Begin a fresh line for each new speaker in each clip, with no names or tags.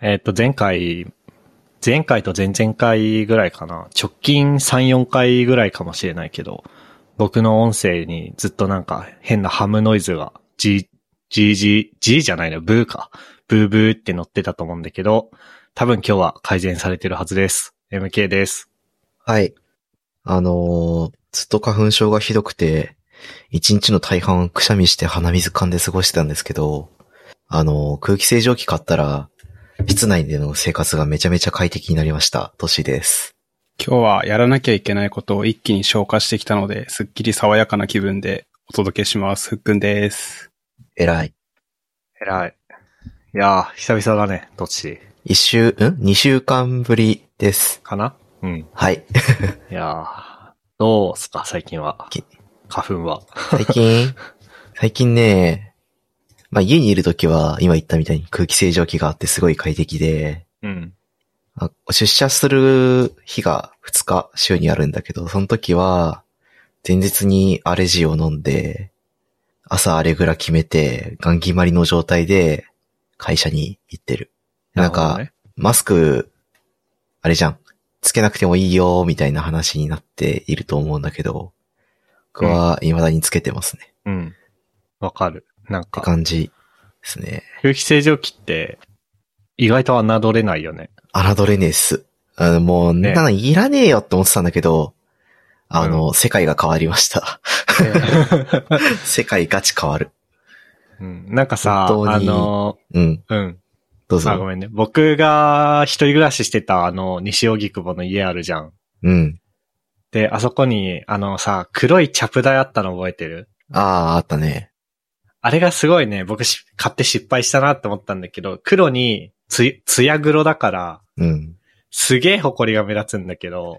えっと、前回、前回と前々回ぐらいかな。直近3、4回ぐらいかもしれないけど、僕の音声にずっとなんか変なハムノイズが、じ、じ、じ、じじゃないの、ブーか。ブーブーって乗ってたと思うんだけど、多分今日は改善されてるはずです。MK です。
はい。あのーずっと花粉症がひどくて、一日の大半をくしゃみして鼻水噛んで過ごしてたんですけど、あのー空気清浄機買ったら、室内での生活がめちゃめちゃ快適になりました。トシです。
今日はやらなきゃいけないことを一気に消化してきたので、すっきり爽やかな気分でお届けします。ふっくんです。
偉い。
偉い。いやー、久々だね、どっち
一週、ん二週間ぶりです。
かなうん。
はい。
いやー、どうすか、最近は
き。
花粉は。
最近、最近ね、まあ、家にいるときは、今言ったみたいに空気清浄機があってすごい快適で、
うん。
あ出社する日が2日週にあるんだけど、その時は、前日にアレジを飲んで、朝アレグラ決めて、ガン決まりの状態で、会社に行ってる。なん
るほ
か、
どね
マスク、あれじゃん。つけなくてもいいよ、みたいな話になっていると思うんだけど、僕は未だにつけてますね。
うん。わかる。なん
って
か、
感じですね。
空気清浄機って、意外と侮れないよ ね。
侮れねえっす。あの、もう、
ね
なんかいらねえよって思ってたんだけど、あの、世界が変わりました。 世界ガチ変わる。
うん、なんかさ、
本当
あ
に
の、
うん、
うん。
ど
あ、ご
うぞ。
めんね。僕が一人暮らししてた、あの、西荻窪の家あるじゃん。
うん。
で、あそこに、あのさ、黒いチャプ台あったの覚えてる
ああ、あったね。
あれがすごいね、僕し買って失敗したなって思ったんだけど、黒につ、つや黒だから、
うん。
すげえ埃が目立つんだけど、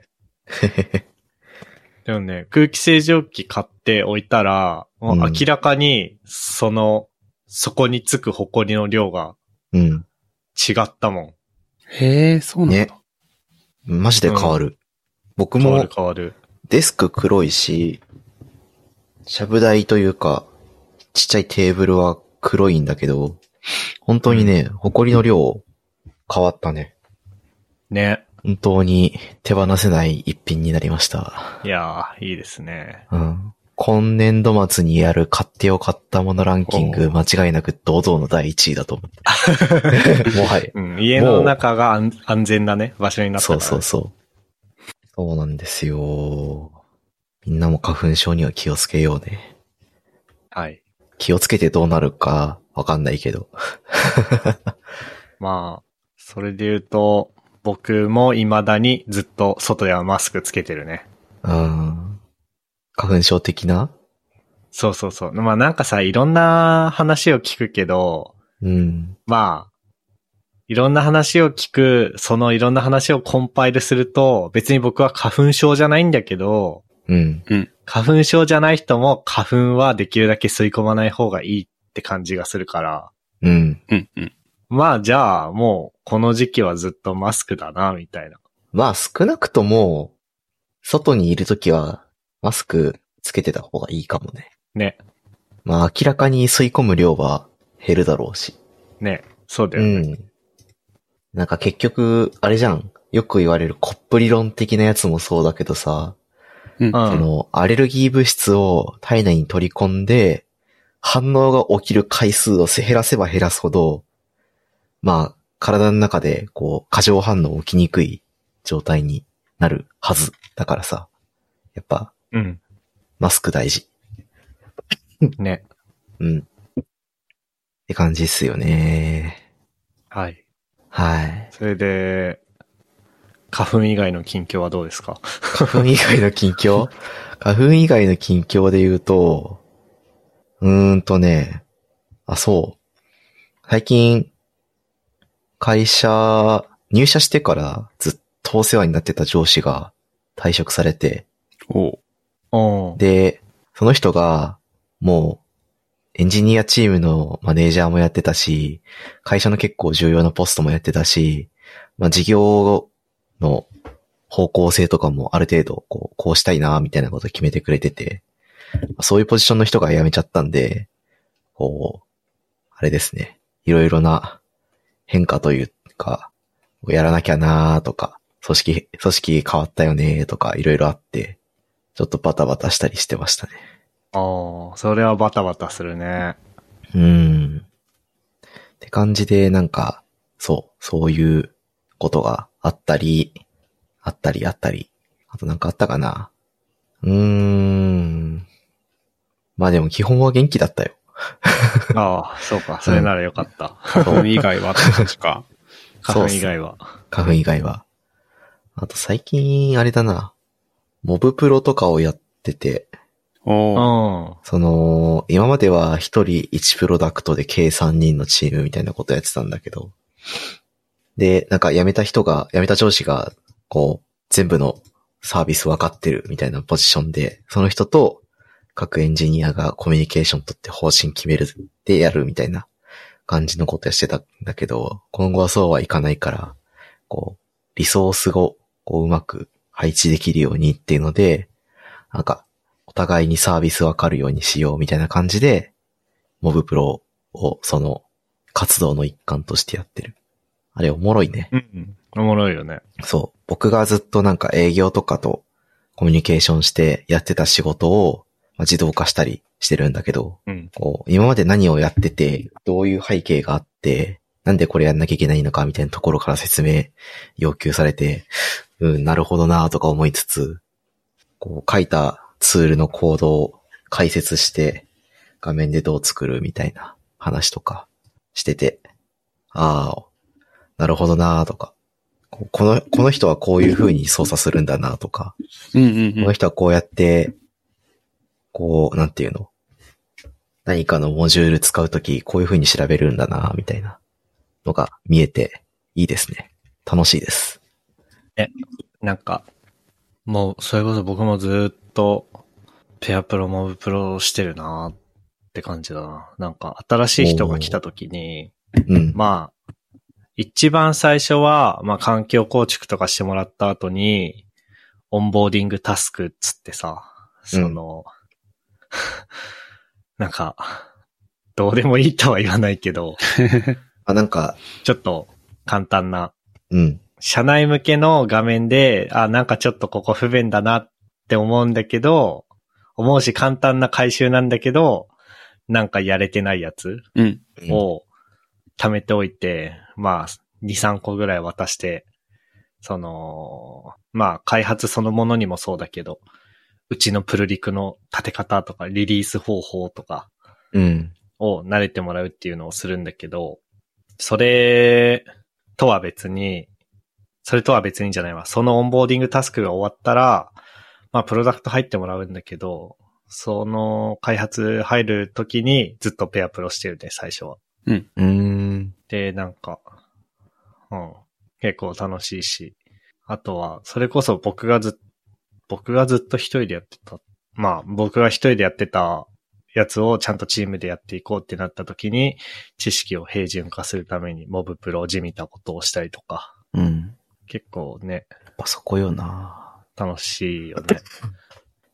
でもね、空気清浄機買っておいたら、もう
うん
明らかに、その、そこにつく埃の量が
うん。
違ったもん。
へえ、そうなんだ。
ね。マジで変わる。僕
変わ
も
る、変わる。
デスク黒いし、しゃぶ台というか、ちっちゃいテーブルは黒いんだけど、本当にね、埃の量、変わったね。
ね。
本当に手放せない一品になりました。
いやー、いいですね。
うん。今年度末にやる買ってよかったものランキング、間違いなく堂々の第1位だと思って。 もはや。
うん、家の中が安安全なね、場所になったから。
そうそうそう。そうなんですよ。みんなも花粉症には気をつけようね。
はい。
気をつけてどうなるかわかんないけど。
まあ、それで言うと、僕も未だにずっと外ではマスクつけてるね。
うん。花粉症的な
そうそうそう。まあなんかさ、いろんな話を聞くけど、
うん。
まあ、いろんな話を聞く、そのいろんな話をコンパイルすると、別に僕は花粉症じゃないんだけど、
うん。
花粉症じゃない人も花粉はできるだけ吸い込まない方がいいって感じがするから、
うん。
うんうん。
まあじゃあもうこの時期はずっとマスクだな、みたいな。
まあ少なくとも、外にいるときは、マスクつけてた方がいいかもね。
ね、
まあ明らかに吸い込む量は減るだろうし。
ね、そうだ
う
よね。
ん。なんか結局、あれじゃん。よく言われるコップ理論的なやつもそうだけどさ、
うん。
うん
あの、アレルギー物質を体内に取り込んで、反応が起きる回数を減らせば減らすほど、まあ、体の中で、こう、過剰反応起きにくい状態になるはず。だからさ、やっぱ、
うん。
マスク大事。
ね。
うん。って感じっすよね。
はい。
はい。
それで、花粉以外の近況はどうですか
花粉以外の近況花粉以外の近況で言うと、うーんとね、あ、そう。最近、会社、入社してからずっとお世話になってた上司が退職されて、
おう
おー
で、その人が、もう、エンジニアチームのマネージャーもやってたし、会社の結構重要なポストもやってたし、まあ事業の方向性とかもある程度、こう、こうしたいな、みたいなことを決めてくれてて、そういうポジションの人が辞めちゃったんで、こう、あれですね。いろいろな変化というか、やらなきゃなーとか、組織、組織変わったよねーとか、いろいろあって、ちょっとバタバタしたりしてましたね。
ああ、それはバタバタするね。
うん。って感じで、なんか、そう、そういうことがあったり、あったりあったり。あとなんかあったかなうーん。まあでも基本は元気だったよ。
ああ、そうか。それならよかった。
花粉以外 はって感じか。
花粉以外は。
花粉以外は。あと最近、あれだな。モブプロとかをやってて、
う
おー
ん。
その、今までは一人一プロダクトで計3人のチームみたいなことやってたんだけど、で、なんか辞めた人が、辞めた上司が、こう、全部のサービス分かってるみたいなポジションで、その人と各エンジニアがコミュニケーション取って方針決めるでやるみたいな感じのことやしてたんだけど、今後はそうはいかないから、こう、リソースをこううまく配置できるようにっていうので、なんか、お互いにサービスわかるようにしようみたいな感じで、モブプロをその活動の一環としてやってる。あれおもろいね。
うん。おもろいよね。
そう。僕がずっとなんか営業とかとコミュニケーションしてやってた仕事を、まあ、自動化したりしてるんだけど、
うん。
こう、今まで何をやってて、どういう背景があって、なんでこれやんなきゃいけないのかみたいなところから説明要求されて、うん、なるほどなとか思いつつ、こう書いたツールのコードを解説して、画面でどう作るみたいな話とかしてて、ああ、なるほどなとか、こうこの、この人はこういう風に操作するんだなとか、
うんうん
こ
う
の
ん。
人はこうやって、こう、なんていうの何かのモジュール使うとき、こういう風に調べるんだな、みたいなのが見えて、いいですね。楽しいです。
なんか、もう、それこそ僕もずーっと、ペアプロ、モブプロしてるなーって感じだな。なんか、新しい人が来た時に、
うん。
まあ、一番最初は、まあ、環境構築とかしてもらった後に、オンボーディングタスクっつってさ、その、 なんか、どうでもいいとは言わないけど、
あ、なんか、
ちょっと簡単な
うん。
社内向けの画面で、あ、なんかちょっとここ不便だなって思うんだけど、思うし簡単な回収なんだけど、なんかやれてないやつ
うん。
を貯めておいて、まあ、2、3個ぐらい渡して、その、まあ、開発そのものにもそうだけど、うちのプルリクの立て方とかリリース方法とか、
うん。
を慣れてもらうっていうのをするんだけど、それとは別に、それとは別にじゃないわ。そのオンボーディングタスクが終わったら、まあ、プロダクト入ってもらうんだけど、その開発入るときにずっとペアプロしてるね、最初は。
うーん。
で、なんか、うん、結構楽しいし。あとは、それこそ僕がず、僕がずっと一人でやってた。まあ、僕が一人でやってたやつをちゃんとチームでやっていこうってなった時に、知識を平準化するためにモブプロをじみたことをしたりとか、
うん。
結構ね、
やっぱそこよな
楽しいよ ね。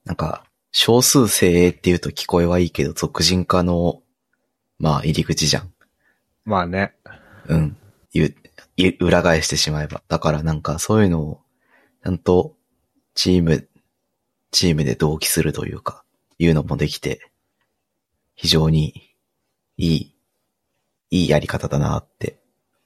なんか、少数精鋭っていうと聞こえはいいけど、俗人化の、まあ、入り口じゃん。
まあね。
うん。ゆ、ゆ、裏返してしまえば。だからなんかそういうのを、ちゃんと、チーム、チームで同期するというか、いうのもできて、非常に、いい、いいやり方だなって、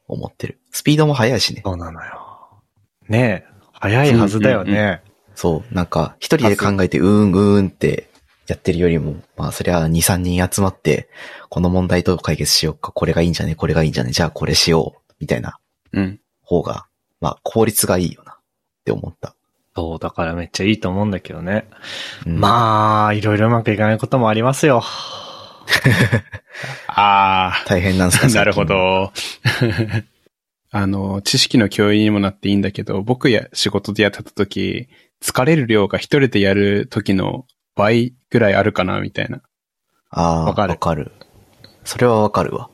思ってる。スピードも速いしね。
そうなのよ。ねえ、早いはずだよね。
うんうん
そう、なんか、一人で考えて、うーん、うーんって、やってるよりも、まあ、そりゃ、2、3人集まって、この問題どう解決しようか、これがいいんじゃね、これがいいんじゃね、じゃあこれしよう、みたいな
うん。
方が、まあ、効率がいいよな、って思った。
そう、だからめっちゃいいと思うんだけどね。
うん
まあ、いろいろうまくいかないこともありますよ。
あ
大変なんです か
あ、なるほ。
最
ど。 あの、知識の共有にもなっていいんだけど、僕や仕事でやってた時、疲れる量が一人でやる時の倍ぐらいあるかな、みたいな。
近ああ、
わ
わ
か
か
る
る。それはわかるわ。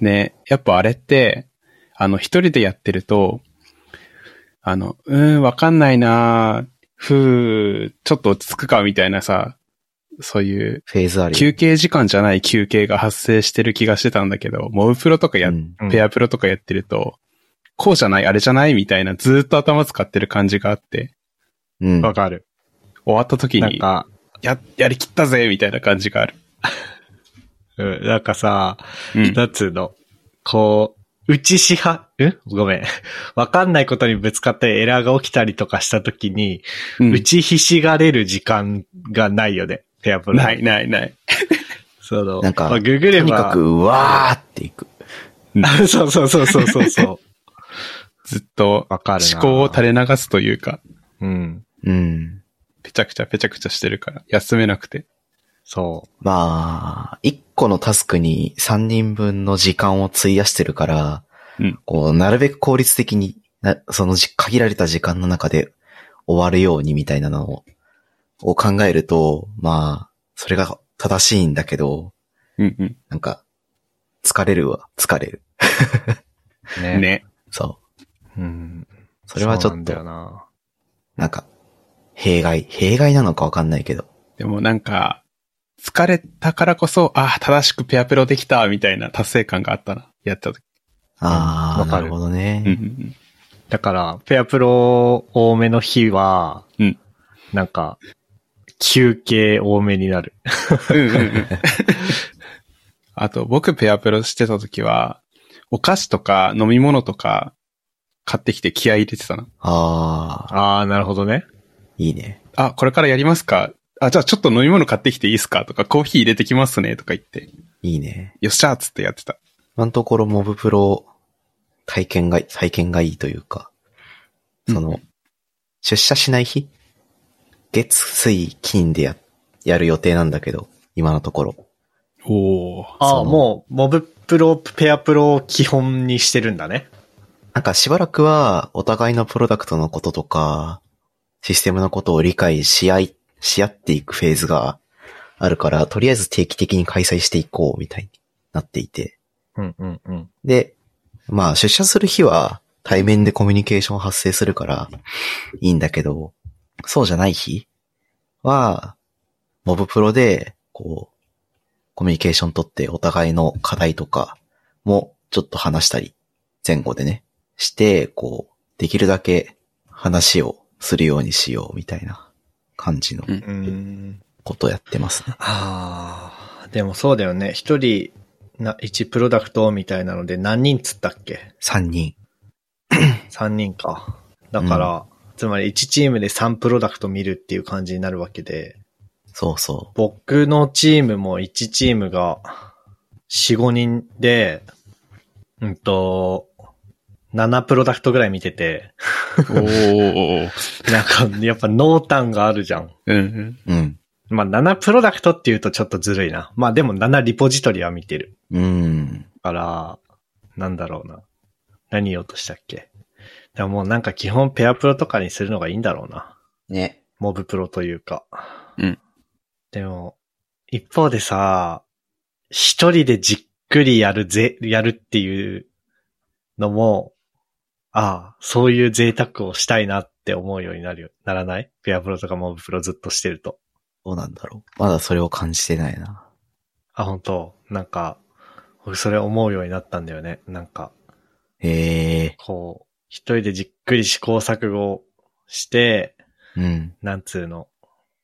ね、やっぱあれって、あの、一人でやってると、あの、うーん、わかんないなーふー、ちょっと落ち着くか、みたいなさ、そういう、
フェーズあるよ。
休憩時間じゃない休憩が発生してる気がしてたんだけど、モブプロとかや、
うん
うん
ペアプロとかやってると、こうじゃない、あれじゃないみたいな、ずーっと頭使ってる感じがあって、
うん。
わかる。
終わった時
なん
に、
か、
や、やりきったぜみたいな感じがある。
うん、なんかさ、
うん。
なんつうの、こう、打ちしは、んごめん。 わかんないことにぶつかってエラーが起きたりとかした時に、
うん
打ちひしがれる時間がないよね。ペアプロ。
ない。ないない。
その、
なんか
まあググ
と
れ
にか
ば
く、、うわーっていく。
そうそうそうそうそうそう。
ずっと
わかるな
思考を垂れ流すというか、
うん。
うん。
ぺちゃくちゃぺちゃくちゃしてるから、休めなくて。
そ
まあ、一個のタスクに三人分の時間を費やしてるから、
うん
こう、なるべく効率的に、なそのじ限られた時間の中で終わるようにみたいなのをを考えると、まあ、それが正しいんだけど、
うんうん。
なんか、疲れるわ、疲れる。
う。ね。
ね。
そ
うん。
う。それはち
う
ょ
な
っ
ん
と
だ、よな。
なんか、弊害、弊害なのかわかんないけど。
でもなんか、疲れたからこそ、ああ、正しくペアプロできた、みたいな達成感があったな。やった時。
あ
わ
ー、
か
な
る
るほど
うんう
ね。
ん
だから、ペアプロ多めの日は、
うん
なんか、休憩多めになる。
うん。うんうんうん。あと、僕ペアプロしてた時は、お菓子とか飲み物とか買ってきて気合い入れてたな。
あー、
ああ、なるほどね。
いいね。
あ、これからやりますかあ、じゃあちょっと飲み物買ってきていいですかとか、コーヒー入れてきますねとか言って、
いいね。
よっしゃーっつってやってた。
今のところモブプロ体験が、体験がいいというか、その、出社しない日月、水、金でや、やる予定なんだけど、今のところ。
お ー。
あ
そ
あ、
の
もう、モブプロ、ペアプロを基本にしてるんだね。
なんかしばらくは、お互いのプロダクトのこととか、システムのことを理解し合い、し合っていくフェーズがあるから、とりあえず定期的に開催していこうみたいになっていて。
うんうんうん。
で、まあ出社する日は対面でコミュニケーション発生するからいいんだけど、そうじゃない日は、モブプロで、こう、コミュニケーション取ってお互いの課題とかもちょっと話したり、前後でね、して、こう、できるだけ話をするようにしようみたいな感じの
うん
うん。
ことをやってますね。
ああ、でもそうだよね。一人、な、一プロダクトみたいなので何人つったっけ
3人。
3人か。だから、つまり1チームで3プロダクト見るっていう感じになるわけで、
そうそ
僕のチームも1チームが4、5人で、うんと、7プロダクトぐらい見てて、
おー。
なんかやっぱ濃淡があるじゃん。
うんうん。
う。うん。
まあ7プロダクトっていうとちょっとずるいな。まあでも7リポジトリは見てる。
うん。
から、なんだろうな。何言おうとしたっけ。でももうなんか基本ペアプロとかにするのがいいんだろうな。
ね。
モブプロというか。
うん。
でも、一方でさ、一人でじっくりやるぜ、やるっていうのも、ああ、そういう贅沢をしたいなって思うようになるよ、ならないペアプロとかモブプロずっとしてると。
どうなんだろう。まだそれを感じてないな。
あ、本当なんか、僕それ思うようになったんだよね。なんか、
へえ、
こう、一人でじっくり試行錯誤して、
うん。
なんつうの。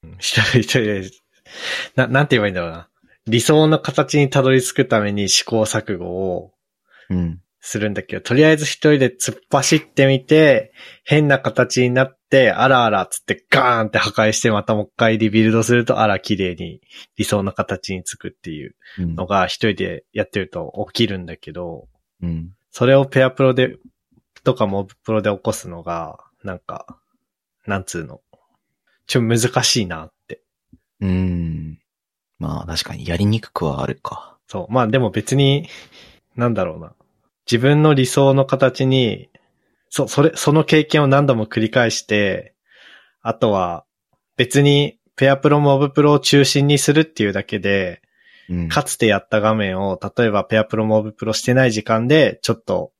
うん 一人一人で、な、なんて言えばいいんだろうな。理想の形にたどり着くために試行錯誤を
うん。
するんだけど、とりあえず一人で突っ走ってみて、変な形になって、あらあらっつってガーンって破壊して、またもう一回リビルドすると、あら綺麗に理想の形につくっていう
うん
のが一人でやってると起きるんだけど、
うん。
それをペアプロで、とかモブプロで起こすのが、なんか、なんつうの。ちょ、難しいなって。
うん。まあ確かにやりにくくはあるか。
そう。まあでも別に、なんだろうな。自分の理想の形に、そ、それ、その経験を何度も繰り返して、あとは、別に、ペアプロモブプロを中心にするっていうだけで、
うん。
かつてやった画面を、例えばペアプロモブプロしてない時間で、ちょっと、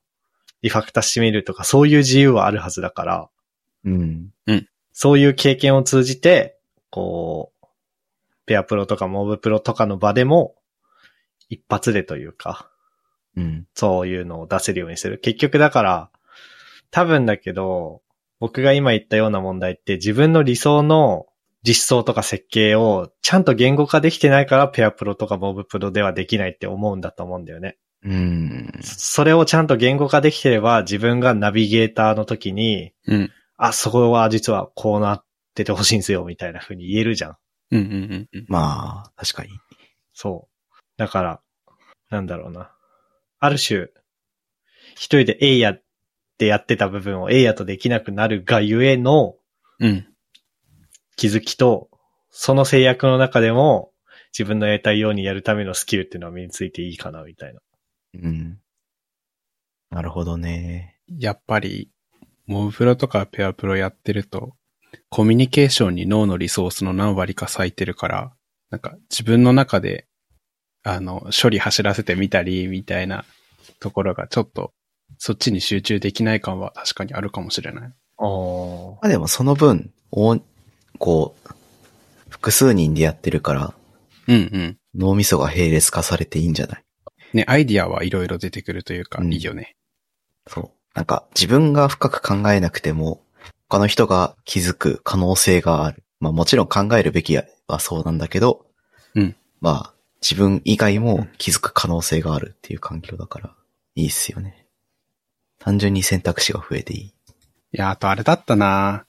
リファクタしてみるとか、そういう自由はあるはずだから、
うん。
そういう経験を通じて、こう、ペアプロとかモブプロとかの場でも、一発でというか、
うん。
そういうのを出せるようにする。結局だから、多分だけど、僕が今言ったような問題って自分の理想の実装とか設計をちゃんと言語化できてないからペアプロとかモブプロではできないって思うんだと思うんだよね。
うん。
それをちゃんと言語化できてれば自分がナビゲーターの時に、
うん。
あ、そこは実はこうなっててほしいんですよみたいな風に言えるじゃん。
うんうんうん。
まあ、確かに。
そう。だから、なんだろうな。ある種、一人でエイヤってやってた部分をエイヤとできなくなるがゆえの
うん。
気づきと、その制約の中でも自分のやりたいようにやるためのスキルっていうのは身についていいかな、みたいな。
うん。なるほどね。
やっぱり、モブプロとかペアプロやってると、コミュニケーションに脳のリソースの何割か割いてるから、なんか自分の中で、あの、処理走らせてみたり、みたいなところがちょっと、そっちに集中できない感は確かにあるかもしれない。
お
まあでもその分、おこう、複数人でやってるから、
うんうん。
脳みそが並列化されていいんじゃない
ね、アイディアはいろいろ出てくるというか、
うん
いいよね。
そう。なんか自分が深く考えなくても、他の人が気づく可能性がある。まあもちろん考えるべきはそうなんだけど、
うん。
まあ自分以外も気づく可能性があるっていう環境だから、いいっすよね。単純に選択肢が増えていい。
いや、あとあれだったな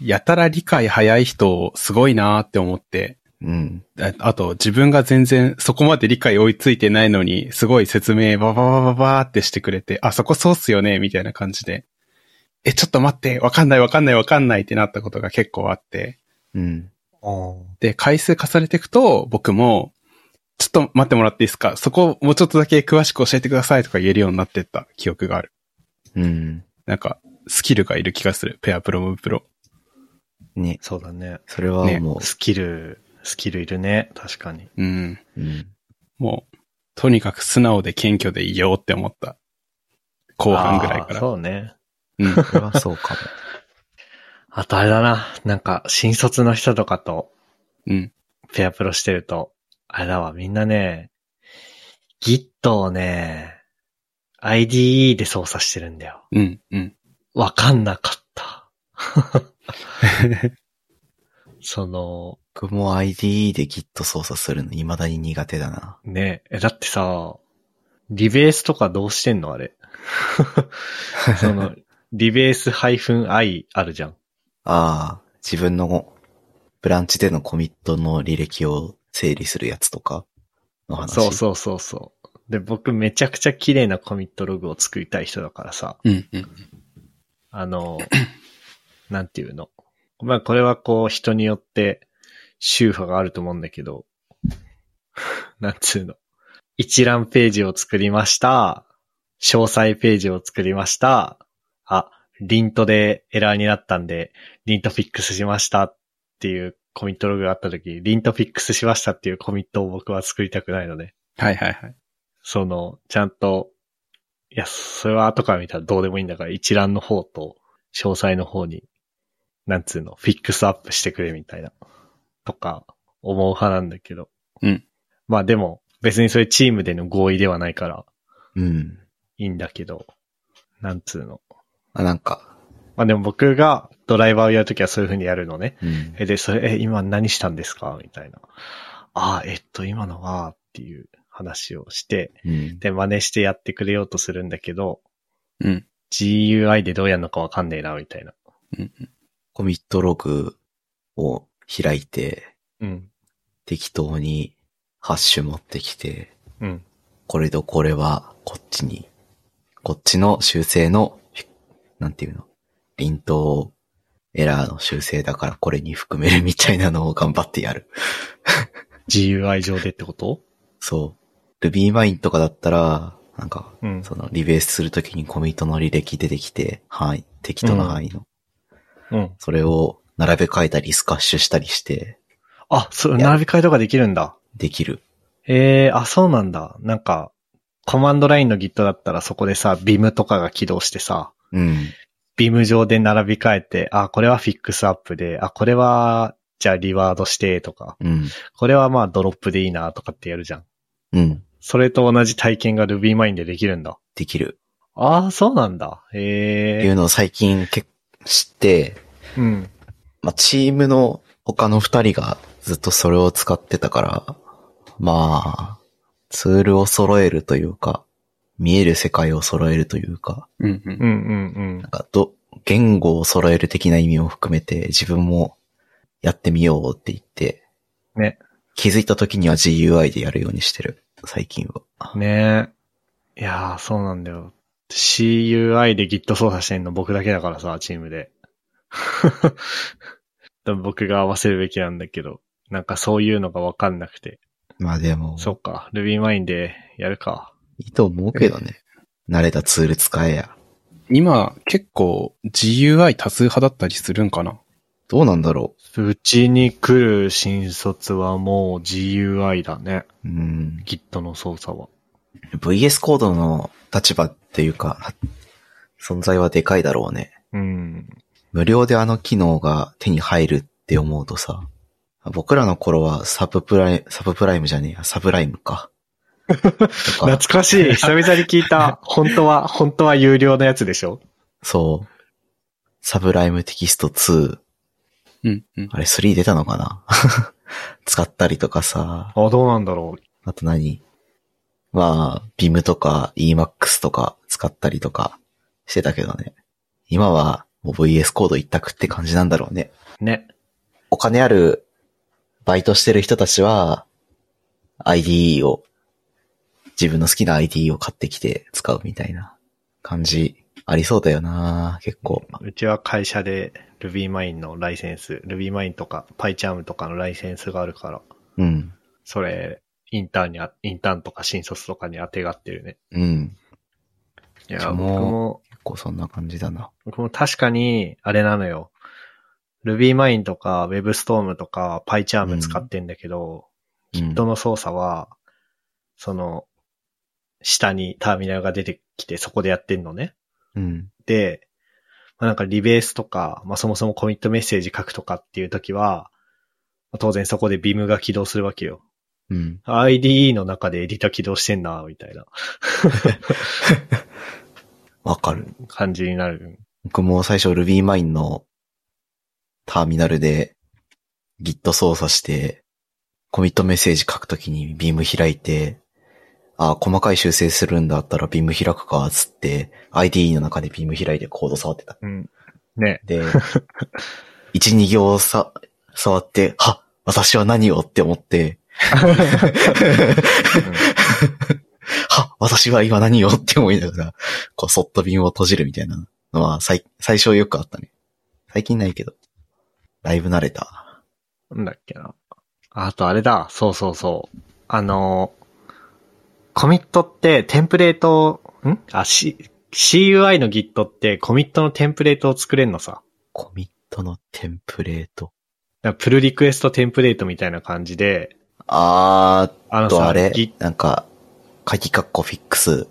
やたら理解早い人、すごいなって思って、
うん。
ああと、自分が全然そこまで理解追いついてないのに、すごい説明バババババーってしてくれて、あ、そこそうっすよね、みたいな感じで。え、ちょっと待って、わかんないわかんないわかんないってなったことが結構あって。
うん。
お
で、回数重ねていくと、僕も、ちょっと待ってもらっていいですかそこもうちょっとだけ詳しく教えてくださいとか言えるようになってった記憶がある。
うん。
なんか、スキルがいる気がする。ペアプロムプロ。
ね。
そうだね。
それはも
スキル、スキルいるね。確かに。
うん。
う、うん。
もう、とにかく素直で謙虚でいいようって思った。後半ぐらいか
あー
ら。
そうね。
うん。
それはそうかも。
あとあれだな。なんか、新卒の人とかと
うん。
ペアプロしてると、あれだわ、みんなね、Git をね、IDE で操作してるんだよ。
うん。うん。
わかんなかった。その、
僕も IDE で Git 操作するの未だに苦手だな。
ねえ、だってさ、リベースとかどうしてんのあれ。その、リベース -i あるじゃん。
ああ、自分のブランチでのコミットの履歴を整理するやつとかの話。
そうそうそうそう。で、僕めちゃくちゃ綺麗なコミットログを作りたい人だからさ、
うん。うん。
あの、なんていうの。まあこれはこう人によって宗派があると思うんだけど、 なんつうの。一覧ページを作りました。詳細ページを作りました。あ、リントでエラーになったんで、リントフィックスしましたっていうコミットログがあった時、リントフィックスしましたっていうコミットを僕は作りたくないので、
はいはいはい。
その、ちゃんと、いや、それは後から見たらどうでもいいんだから、一覧の方と、詳細の方に、なんつうの、フィックスアップしてくれみたいな、とか、思う派なんだけど。
うん。
まあでも、別にそれチームでの合意ではないから、
うん。
いいんだけど、なんつうの。
あ、なんか、
まあでも僕がドライバーをやるときはそういう風にやるのね。
うん。
え、で、それ、え、今何したんですかみたいな。ああ、えっと、今のは、っていう話をして、
うん、
で、真似してやってくれようとするんだけど、
うん。
GUI でどうやるのかわかんねえな、みたいな。
うんうん。
コミットログを開いて、
うん。
適当にハッシュ持ってきて、
うん。
これとこれはこっちに、こっちの修正の、なんていうの、輪頭エラーの修正だからこれに含めるみたいなのを頑張ってやる。
GUI 上でってこと
そう。RubyMine とかだったら、なんか、
うん
そのリベースするときにコミットの履歴出てきて、範囲、適当な範囲の、
うん。
それを並べ替えたりスカッシュしたりして
あ、そう、
いや
並び替えとかできるんだ。
できる。
ええあ、そうなんだ。なんか、コマンドラインの Git だったらそこでさ、BIM とかが起動してさ、
うん。
BIM 上で並び替えて、あ、これはフィックスアップで、あ、これは、じゃあリワードしてとか、
うん。
これはまあドロップでいいなとかってやるじゃん。
うん。
それと同じ体験が RubyMine でできるんだ。
できる。
ああ、そうなんだ。え
い
え
うのを最近け知って、
うん。
まあ、チームの他の二人がずっとそれを使ってたから、まあ、ツールを揃えるというか、見える世界を揃えるというか、
うんう
う
ん
んうん
なんかど、言語を揃える的な意味を含めて自分もやってみようって言って、
うん。ね。
気づいた時には GUI でやるようにしてる、最近は。
ねえ。いやー、そうなんだよ。CUI で Git 操作してんの僕だけだからさ、チームで。 でも僕が合わせるべきなんだけど、なんかそういうのがわかんなくて。
まあでも、
そっか、RubyMine でやるか。
いいと思うけどね。慣れたツール使えや。
今、結構 GUI 多数派だったりするんかな
どうなんだろ
うちに来る新卒はもう GUI だね。
う。うん。
Git の操作は。
VS コードの立場っていうか、存在はでかいだろうね。
うん。
無料であの機能が手に入るって思うとさ、僕らの頃はサブプライム、サブプライムじゃねえや、サブライムか。と
懐
か
かしい。久々に聞いた。本当は、本当は有料のやつでしょ
そう。サブライムテキスト2。
うんうん。
あれ3出たのかな 使ったりとかさ。
あ、どうなんだろ
あと何まあ、ビムとか EMAX とか使ったりとかしてたけどね。今はもう VS コード一択って感じなんだろうね。
う。ね。
お金あるバイトしてる人たちは ID を、自分の好きな ID を買ってきて使うみたいな感じありそうだよな結構。
うちは会社で RubyMine のライセンス、RubyMine とか PyCharm とかのライセンスがあるから、
うん。
それ、インターンにあ、インターンとか新卒とかに当てがってるね。
うん。
い
いや
や、僕
もう
も、
結構そんな感じだな。
僕も確かに、あれなのよ。RubyMine とか WebStorm とか PyCharm 使ってんだけど、
うん
人の操作は、その、下にターミナルが出てきて、そこでやってんのね。
うん。
で、まあ、なんかリベースとか、まあ、そもそもコミットメッセージ書くとかっていう時は、まあ当然そこでビムが起動するわけよ。
うん。
IDE の中でエディタ起動してんな、みたいな
わかる。
感じになる。
僕も最初 RubyMine のターミナルで Git 操作して、コミットメッセージ書くときに Beam 開いて、あ細かい修正するんだったら Beam 開くか、つって、IDE の中で Beam 開いてコード触ってた。
うん。ね。
で、1、2行さ、触って、は私は何をって思って、 は、私は今何をって思いながら、こう、そっと瓶を閉じるみたいなのは、最、最初よくあったね。最近ないけど。だいぶ慣れた。
なんだっけな。あとあれだ。そうそうそう。あの、コミットってテンプレートを、んあ、C、CUI の Git ってコミットのテンプレートを作れんのさ。
コミットのテンプレート。
だからプルリクエストテンプレートみたいな感じで、
あー
あ
あ
の
と
さ、
あれ
Git、
なんか、鍵括弧フィックス、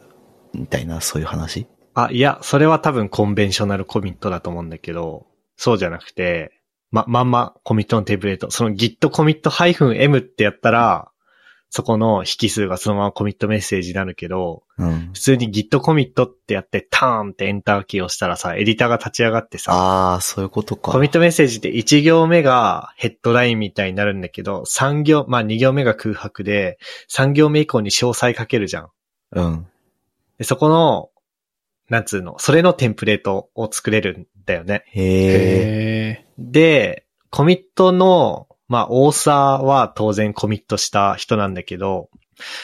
みたいな、そういう話
あ、いや、それは多分コンベンショナルコミットだと思うんだけど、そうじゃなくて、ま、まんまコミットのテンプレート。その Git コミット -M ってやったら、そこの引数がそのままコミットメッセージになるけど、
うん
普。通に Git コミットってやって、ターンってエンターキーを押したらさ、エディターが立ち上がってさ、
ああ、そういうことか。
コミットメッセージって1行目がヘッドラインみたいになるんだけど、3行、まあ2行目が空白で、3行目以降に詳細書けるじゃん。
うん。
で、そこの、なんつうの、それのテンプレートを作れるんだよね。
へえ。
へえ。
で、コミットの、まあ、オーサーは当然コミットした人なんだけど、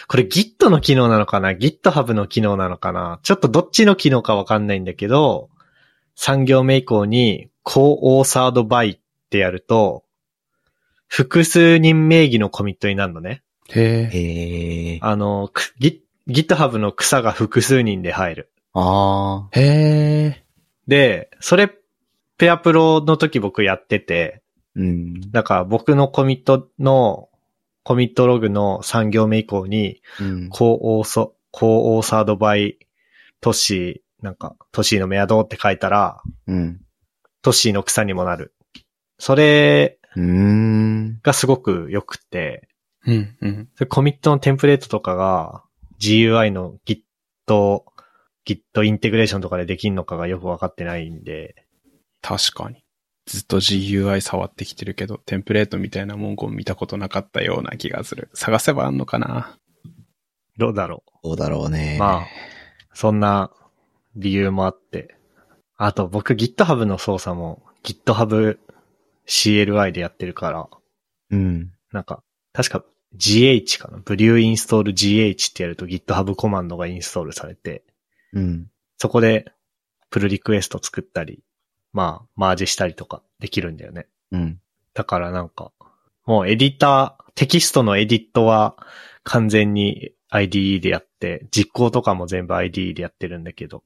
これ Git の機能なのかな ?GitHub の機能なのかなちょっとどっちの機能かわかんないんだけど、3行目以降に、高オーサードバイってやると、複数人名義のコミットになるのね。
へえ。
へえ。あ
あの、く Git- GitHub の草が複数人で入る。
あ
へえ。
で、それ、ペアプロの時僕やってて、
ー。うん。
だから僕のコミットの、コミットログの3行目以降に、
うん
高オーソ、高オーサードバイ、トシー、なんか、トシーのメアドって書いたら、
うん。
トシーの草にもなる。それ
うーん。
がすごく良くて、
うんうん。
それコミットのテンプレートとかが GUI の Git Git インテグレーションとかでできんのかがよくわかってないんで、
確かに。ずっと GUI 触ってきてるけど、テンプレートみたいな文言見たことなかったような気がする。探せばあんのかな
どうだろ
どうだろうね
う。。まあ、そんな理由もあって。あと僕 GitHub の操作も GitHub CLI でやってるから、
うん。
なんか、確か GH かな。ブリューインストール GH ってやると GitHub コマンドがインストールされて、
うん。
そこでプルリクエスト作ったり、まあ、マージしたりとかできるんだよね。
うん。
だからなんか、もうエディター、テキストのエディットは完全に IDE でやって、実行とかも全部 IDE でやってるんだけど、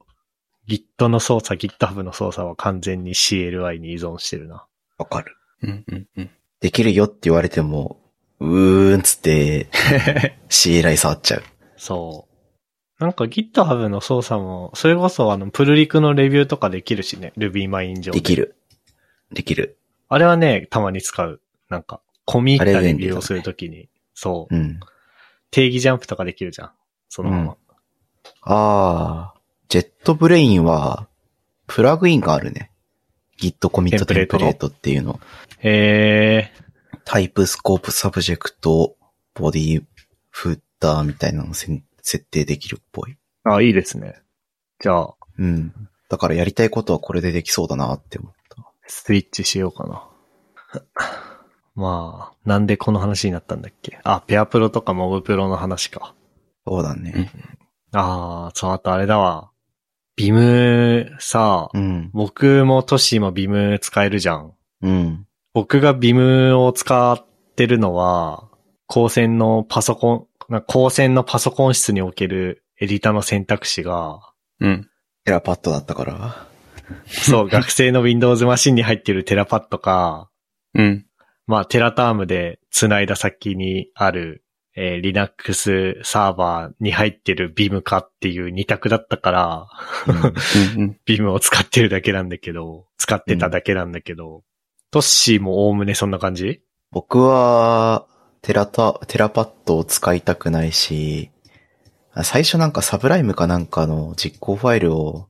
Git の操作、GitHub の操作は完全に CLI に依存してるな。
わかる。
うん。うん。うん。
できるよって言われても、うーんっ つって、CLI 触っちゃう。
そう。なんか GitHub の操作も、それこそあの、プルリクのレビューとかできるしね、RubyMine 上
でき
る。
る。できる。
あれはね、たまに使う。なんか、コミットレビューをするときに、そう。
うん。
定義ジャンプとかできるじゃん。そのまま。
うんあー、ジェットブレインは、プラグインがあるね。Git コミットテ
テ
ン
ン
プ
プ
レ
レ
ー
ー
トっていうの。
えー、
タイプ、スコープ、サブジェクト、ボディ、フッターみたいなのせん設定できるっぽい。
あ、いいですね。じゃあ、
うん。だからやりたいことはこれでできそうだなって思った。
スイッチしようかな。 まあ、なんでこの話になったんだっけあ、ペアプロとかモブプロの話か。
そうだね。
あー、そう、あとあれだわ。ビム、さ、
うん。
僕もトシもビム使えるじゃん。
うん。
僕がビムを使ってるのは、高専のパソコン、な高専のパソコン室におけるエディタの選択肢が、
うん。
エラーパッドだったから。
そう、学生の Windows マシンに入ってるテラパッドか、
うん。
まあ、テラタームで繋いだ先にある、えー Linux サーバーに入ってる Vim かっていう二択だったから、
うん。
Vim を使ってるだけなんだけど、使ってただけなんだけど、トッシーもおおむねそんな感じ
僕は、テラタ、テラパッドを使いたくないし、あ最初なんかサブライムかなんかの実行ファイルを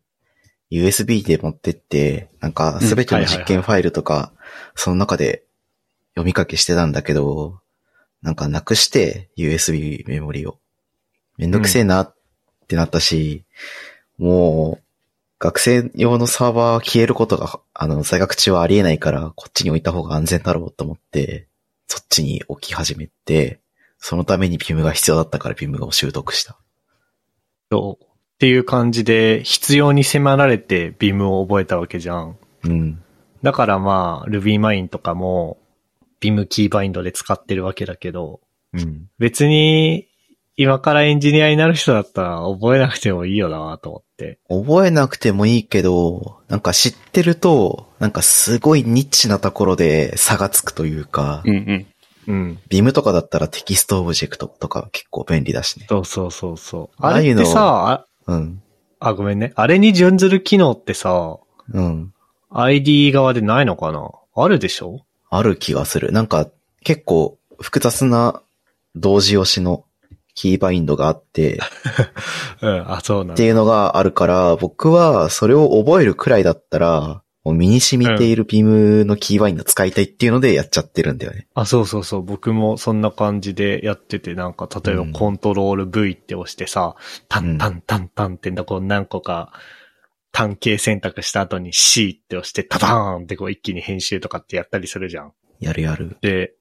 USB で持ってって、なんかすべて
う
の
んはいはいはい
実験ファイルとか、その中で読み書きしてたんだけど、なんかなくして USB メモリを。めんどくせえなってなったし、もう、学生用のサーバーは消えることが、あの、在学中はありえないから、こっちに置いた方が安全だろうと思って、そっちに置き始めて、そのためにビムが必要だったからビムを習得した。
とっていう感じで、必要に迫られて Vim を覚えたわけじゃん。
うん。
だからまあ、RubyMine とかも、Vim キーバインドで使ってるわけだけど、
うん。
別に、今からエンジニアになる人だったら覚えなくてもいいよなと思って。
覚えなくてもいいけど、なんか知ってると、なんかすごいニッチなところで差がつくというか、
うん。うん。
うん。
ビムとかだったらテキストオブジェクトとか結構便利だしね。
そうそうそうそう。
あ
あ
あい
れ
う
っ
の
てさ、
うん。
あ、あごめんね。あれに準ずる機能ってさ、
うん。
ID 側でないのかなあるでしょ
ある気がする。なんか、結構複雑な同時押しのキーバインドが あって、
うん、あ、そうなん
って
だ。
いうのがあるから、僕はそれを覚えるくらいだったら、もう身に染みているビームのキーバインド使いたいっていうのでやっちゃってるんだよね。
あ、そうそうそう。僕もそんな感じでやってて、なんか、例えば
うん
コントロール V って押してさ、タンタンタンタンってんだ、こう何個か、単形選択した後に C って押して、タターンってこう一気に編集とかってやったりするじゃん。
やるやる。
で、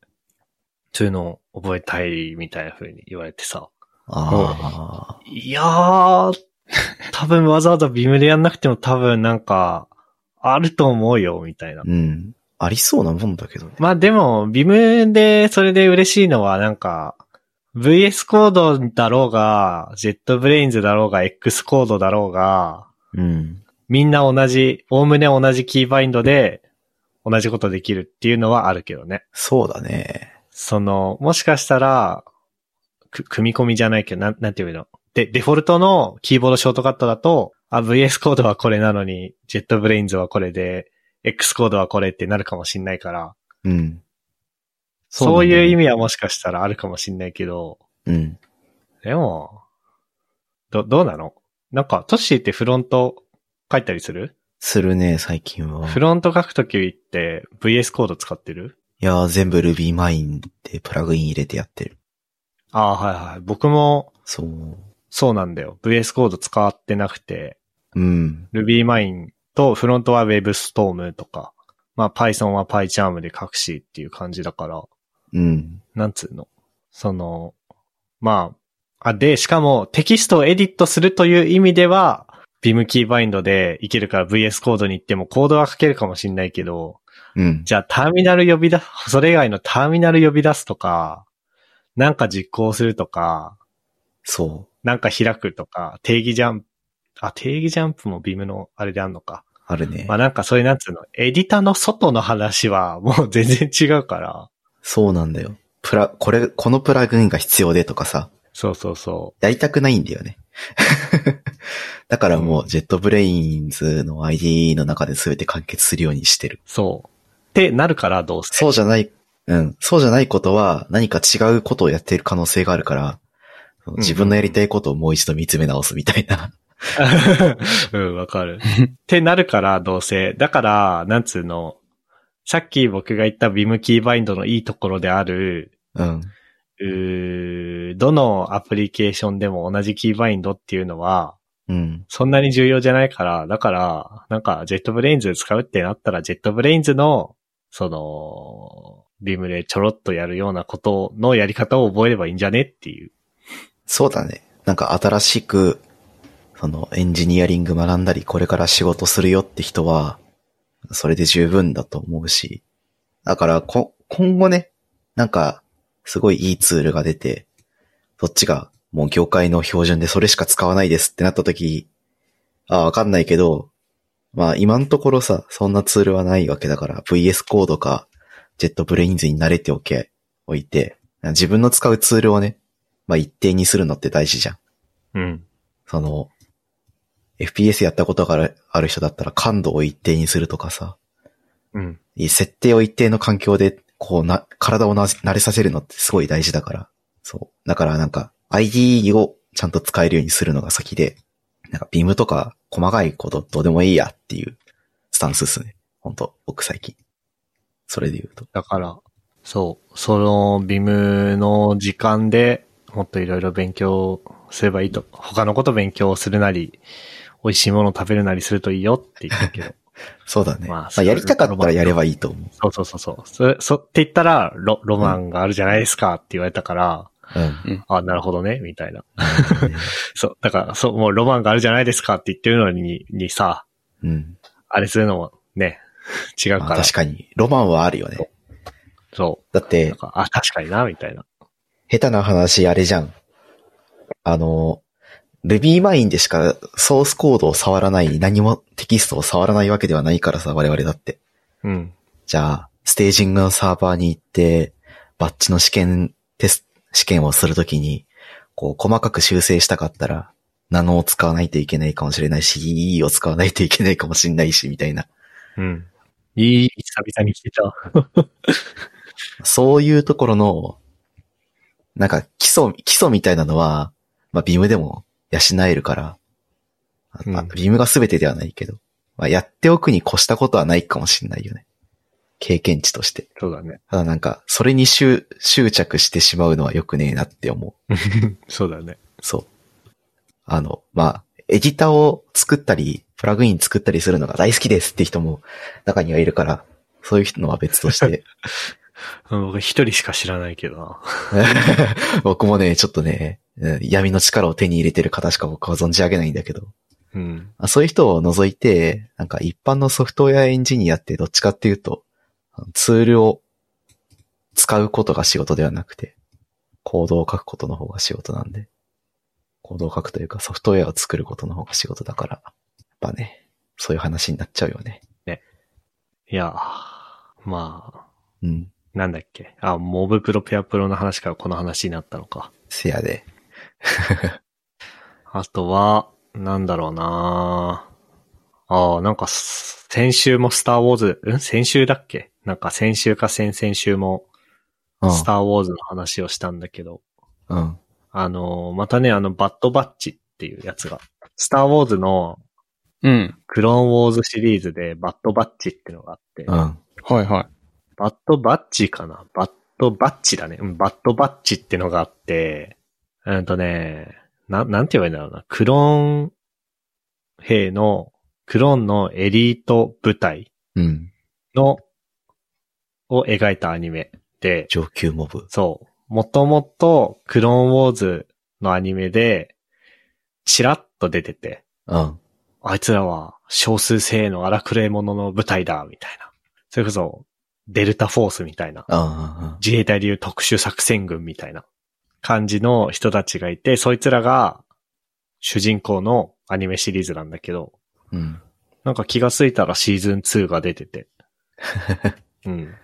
そういうのを覚えたいみたいな風に言われてさ。
ああ。
いやー、多分わざわざビムでやんなくても多分なんか、あると思うよ、みたいな。
うん。ありそうなもんだけどね。
まあでも、ビムでそれで嬉しいのはなんか、VS コードだろうが、JetBrains だろうが、X コードだろうが、
うん。
みんな同じ、おおむね同じキーバインドで、同じことできるっていうのはあるけどね。
そうだね。
その、もしかしたら、く組み込みじゃないけど、なん、なんていうので、デフォルトのキーボードショートカットだと、あ、VS コードはこれなのに、JetBrains はこれで、X コードはこれってなるかもしんないから、
うん。
そう
なんだよね
いう意味はもしかしたらあるかもしんないけど、
うん。
でも、ど、どうなのなんか、トッシーってフロント書いたりする
するね、最近は。
フロント書くときって VS コード使ってる
いやー、全部 RubyMine でプラグイン入れてやってる。
ああ、はいはい。僕も
そう。
そうなんだよ。VS コード使ってなくて、
うん。
RubyMine とフロントは WebStorm とか、まあ Python は PyCharm で書くしっていう感じだから、
うん。
なんつうのその、まあ、あ、で、しかもテキストをエディットするという意味では、ビムキーバインドでいけるから VS コードに行ってもコードは書けるかもしんないけど、
うん。
じゃあターミナル呼び出す、それ以外のターミナル呼び出すとか、なんか実行するとか、
そ
なんか開くとか、定義ジャンプ、あ、定義ジャンプもビムのあれであんのか。
う。あるね。
まあなんかそういうなんつうの、エディターの外の話はもう全然違うから。
そうなんだよ。プラ、これ、このプラグインが必要でとかさ、
そうそうそ
やりたくないんだよね。 だからもう、ジェットブレインズの ID の中で全て完結するようにしてる。
う。そう。ってなるからどうせ。
そうじゃない、うん。そうじゃないことは何か違うことをやっている可能性があるから、
ん
自分のやりたいことをもう一度見つめ直すみたいな。
うん、わかる。ってなるから、どうせ。だから、なんつうの、さっき僕が言ったビムキーバインドのいいところである、
うん。
うーどのアプリケーションでも同じキーバインドっていうのは、
うん。
そんなに重要じゃないから、だから、なんか、ジェットブレインズ使うってなったら、ジェットブレインズの、その、ビムでちょろっとやるようなことのやり方を覚えればいいんじゃねっていう。
そうだね。なんか新しく、そのエンジニアリング学んだり、これから仕事するよって人は、それで十分だと思うし。だから、こ、今後ね、なんか、すごいいいツールが出て、どっちがもう業界の標準でそれしか使わないですってなった時、ああ、わかんないけど、まあ今のところさ、そんなツールはないわけだから、VS コードか、ジェットブレインズに慣れておけ、おいて、自分の使うツールをね、まあ一定にするのって大事じゃん。
うん。
その、FPS やったことがあるある人だったら感度を一定にするとかさ、
うん。
設定を一定の環境で、こうな、体をな慣れさせるのってすごい大事だから。そう。だからなんか、ID をちゃんと使えるようにするのが先で、なんか、ビームとか、細かいことどうでもいいやっていうスタンスですね。本当僕最近。それで言うと。
だから、そう、そのビムの時間でもっといろいろ勉強すればいいと。他のこと勉強するなり、美味しいもの食べるなりするといいよって言ったけ ど。
そうだね。
まあ
まあ、やりたかったらやればいいと思
そうそうそうそう。そ、そって言ったら、ロ、ロマンがあるじゃないですかって言われたから、
う。うん。
あ、なるほどね、みたいな。そう、だから、そう、もうロマンがあるじゃないですかって言ってるのに、にさ、
うん。
あれするのもね、違う
ま
か
あ
ら。
確かに、ロマンはあるよね。
そ
だっ
う。
て
なん、かあ、確かにな、みたいな。
下手な話、あれじゃん。あの、RubyMine でしかソースコードを触らない、何もテキストを触らないわけではないからさ、我々だって。
うん。
じゃあ、ステージングのサーバーに行って、バッチの試験、テスト、試験をするときに、こう、細かく修正したかったら、ナノを使わないといけないかもしれないし、EE を使わないといけないかもしれないし、みたいな。
うん。いい、久々に聞いた。
そういうところの、なんか基礎、基礎みたいなのは、まあビームでも養えるから、あ
うん
まあビームが全てではないけど、まあやっておくに越したことはないかもしれないよね。経験値として。
そうだね。
ただなんか、それに執執着してしまうのは良くねえなって思う。
そうだね。
そう。あの、まあ、エディターを作ったり、プラグイン作ったりするのが大好きですって人も中にはいるから、そういうのは別として、
うん僕一人しか知らないけどな。
僕もね、ちょっとね、うん闇の力を手に入れてる方しか僕は存じ上げないんだけど、
うん。
あそういう人を除いて、なんか一般のソフトウェアエンジニアってどっちかっていうと、あのツールを使うことが仕事ではなくて、コードを書くことの方が仕事なんで、コードを書くというかソフトウェアを作ることの方が仕事だから、やっぱね、そういう話になっちゃうよね。
いや、まあ、
うん。
なんだっけ。あ、モブプロペアプロの話からこの話になったのか。
せやで。
あとは、なんだろうなああ、なんかす、先週もスターウォーズ、うん先週だっけなんか先週か先々週も、
うん。
スターウォーズの話をしたんだけど、
うん。
あのー、またね、あの、バッドバッチっていうやつがスターウォーズの
うん。
クローンウォーズシリーズでバッドバッチってのがあって、
うん。
はいは
バッドバッチかなバッドバッチだね。うん、バッドバッチってのがあって、うんとね、な、なんて言えばいいんだろうな。クローン兵の、クローンのエリート部隊
うん。
の、を描いたアニメで、
上級モブ。
そう。もともと、クローンウォーズのアニメで、チラッと出てて、
うん。
あいつらは少数精鋭の荒くれ者の部隊だ、みたいな。それこそ、デルタフォースみたいな。
あ
自衛隊流特殊作戦軍みたいな感じの人たちがいて、そいつらが主人公のアニメシリーズなんだけど、
あ。うん。
なんか気がついたらシーズン2が出て て。うん。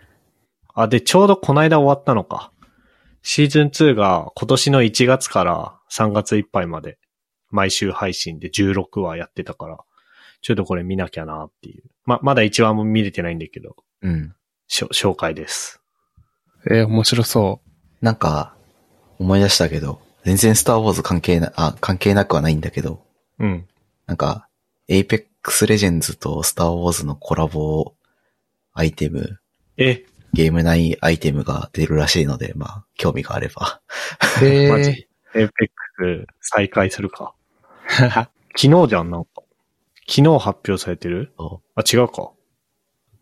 あ、で、ちょうどこの間終わったのか。シーズン2が今年の1月から3月いっぱいまで毎週配信で16話やってたから、ちょっとこれ見なきゃなっていう。ま、まだ1話も見れてないんだけど、
うん。
しょ紹介です。
い。えー面白そ
なんか、思い出したけど、全然スターウォーズ関係な、あ、関係なくはないんだけど、
うん。
なんか、エイペックスレジェンズとスターウォーズのコラボアイテム、
え、
ゲーム内アイテムが出るらしいので、まあ、興味があれば。
う。え
マ
ー
ジ、エイペックス再開するか。昨日じゃん、なんか。昨日発表されてる
そ
あ、違うか。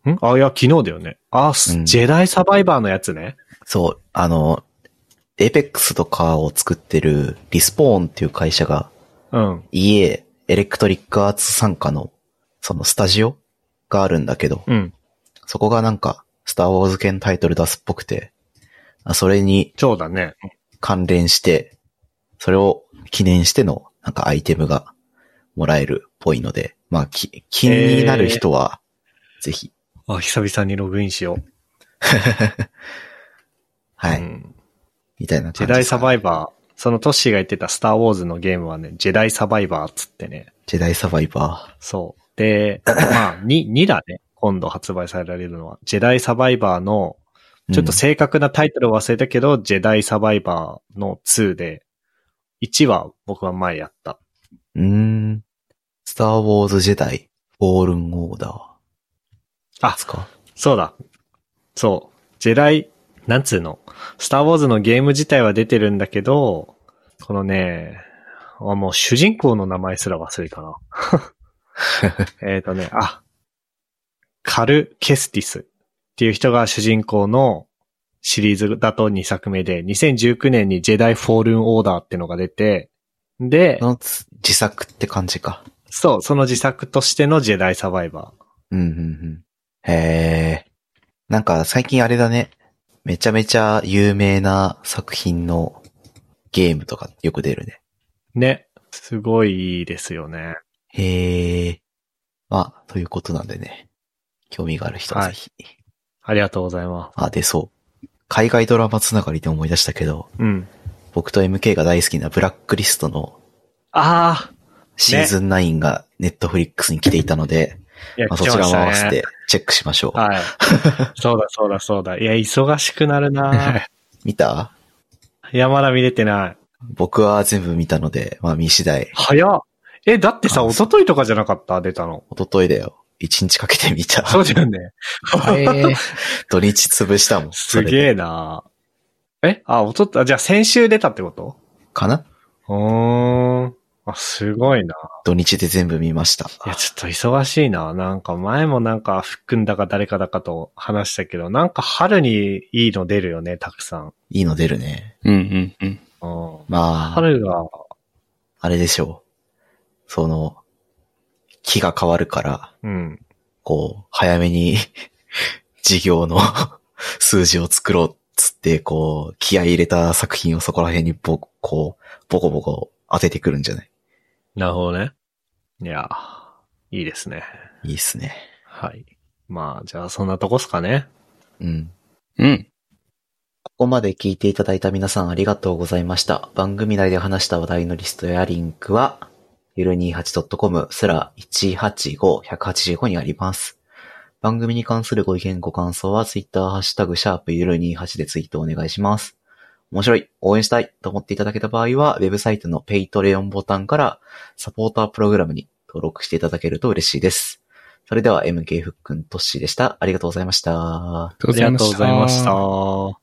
んあ、いや、昨日だよね。あ、す
うん
ジェダイサバイバーのやつね。
そう、あの、エイペックスとかを作ってるリスポーンっていう会社が
うん。
EA、エレクトリックアーツ参加の、そのスタジオがあるんだけど、
うん。
そこがなんか、スターウォーズ系のタイトル出すっぽくて、あそれに
そうだね。
関連して、それを記念しての、なんかアイテムがもらえるっぽいので、まあ、き気になる人は、ぜひ。
あ、久々にログインしよう。
は
う
い。
ん
みたいな
ジェ
感じ
ダイサバ
イ
イバー。そのトッシーが言ってたスターウォーズのゲームはね、ジェダイサバイバーっつってね。
ジェダイサバイバ
そう。で、まあ、2、2だね。今度発売されられるのは。ジェダイサバイバーの、
ー。
ちょっと正確なタイトルを忘れたけど、ジェダイサバイバーの2で、1は僕は前やった。
うん、うーん。スターウォーズジェダイ、フォールンオーダー。
あ
ですか
そうだ。そう。ジェダイ、なんつうの。スターウォーズのゲーム自体は出てるんだけど、このね、あもう主人公の名前すら忘れた な。えっとね、あ、カル・ケスティスっていう人が主人公のシリーズだと2作目で、2019年にジェダイ・フォールン・オーダーってのが出て、で
そ、のつ自作って感じか。
そう、その自作としてのジェダイ・サバイバー。
うん、うん、うん。へえ。なんか最近あれだね。めちゃめちゃ有名な作品のゲームとかよく出るね。
ね。すごいいいですよね。
へえ。まあ、ということなんでね。興味がある人はぜひ。
ありがとうございま
あ、で、そう。海外ドラマつながりで思い出したけど、
す。うん。
僕と MK が大好きなブラックリストの
あ
シーズン9がネットフリックスに来ていたので、
あ、いや
まあ、そちらも合わせ。
来
てチェックしましょう。
ましたね はい。そうだそうだそうだ。いや、忙しくなるな
見た
いや、まだ見れてない。
僕は全部見たので、まあ見次第、
早っ。え、だってさ、
あ
一昨日とかじゃなかった出たの。
一昨日だよ。一日かけて見た。
そうだよね。
えー
土日潰したもん。
すげ
え。
えなえあ、おとっじゃあ先週出たってこと
かな
うーん。あ、すごいな。
土日で全部見ました。
いや、ちょっと忙しいな。なんか前もなんか、ふっくんだか誰かだかと話したけど、なんか春にいいの出るよね、たくさん。
いいの出るね。
うんうんうん。
うん。
まあ。
春が、
あれでしょう。その、木が変わるから、
うん。
こう、早めに、 事業の 数字を作ろうっつって、こう、気合い入れた作品をそこら辺にぼ、こう、ボコボコ当ててくるんじゃない
なるほどね。いや、いいですね。
いいっすね。
はい。まあ、じゃあそんなとこっすかね。
うん。
うん。
ここまで聞いていただいた皆さんありがとうございました。番組内で話した話題のリストやリンクは、ゆる 28.com すら185185にあります。番組に関するご意見ご感想は Twitter ハッシュタグシャープゆる28でツイートお願いします。面白い、応援したいと思っていただけた場合は、ウェブサイトのペイトレオンボタンからサポータープログラムに登録していただけると嬉しいです。それでは MK ふっくんとっしーでした。ありがとうございました。
あり
ありがとうございました。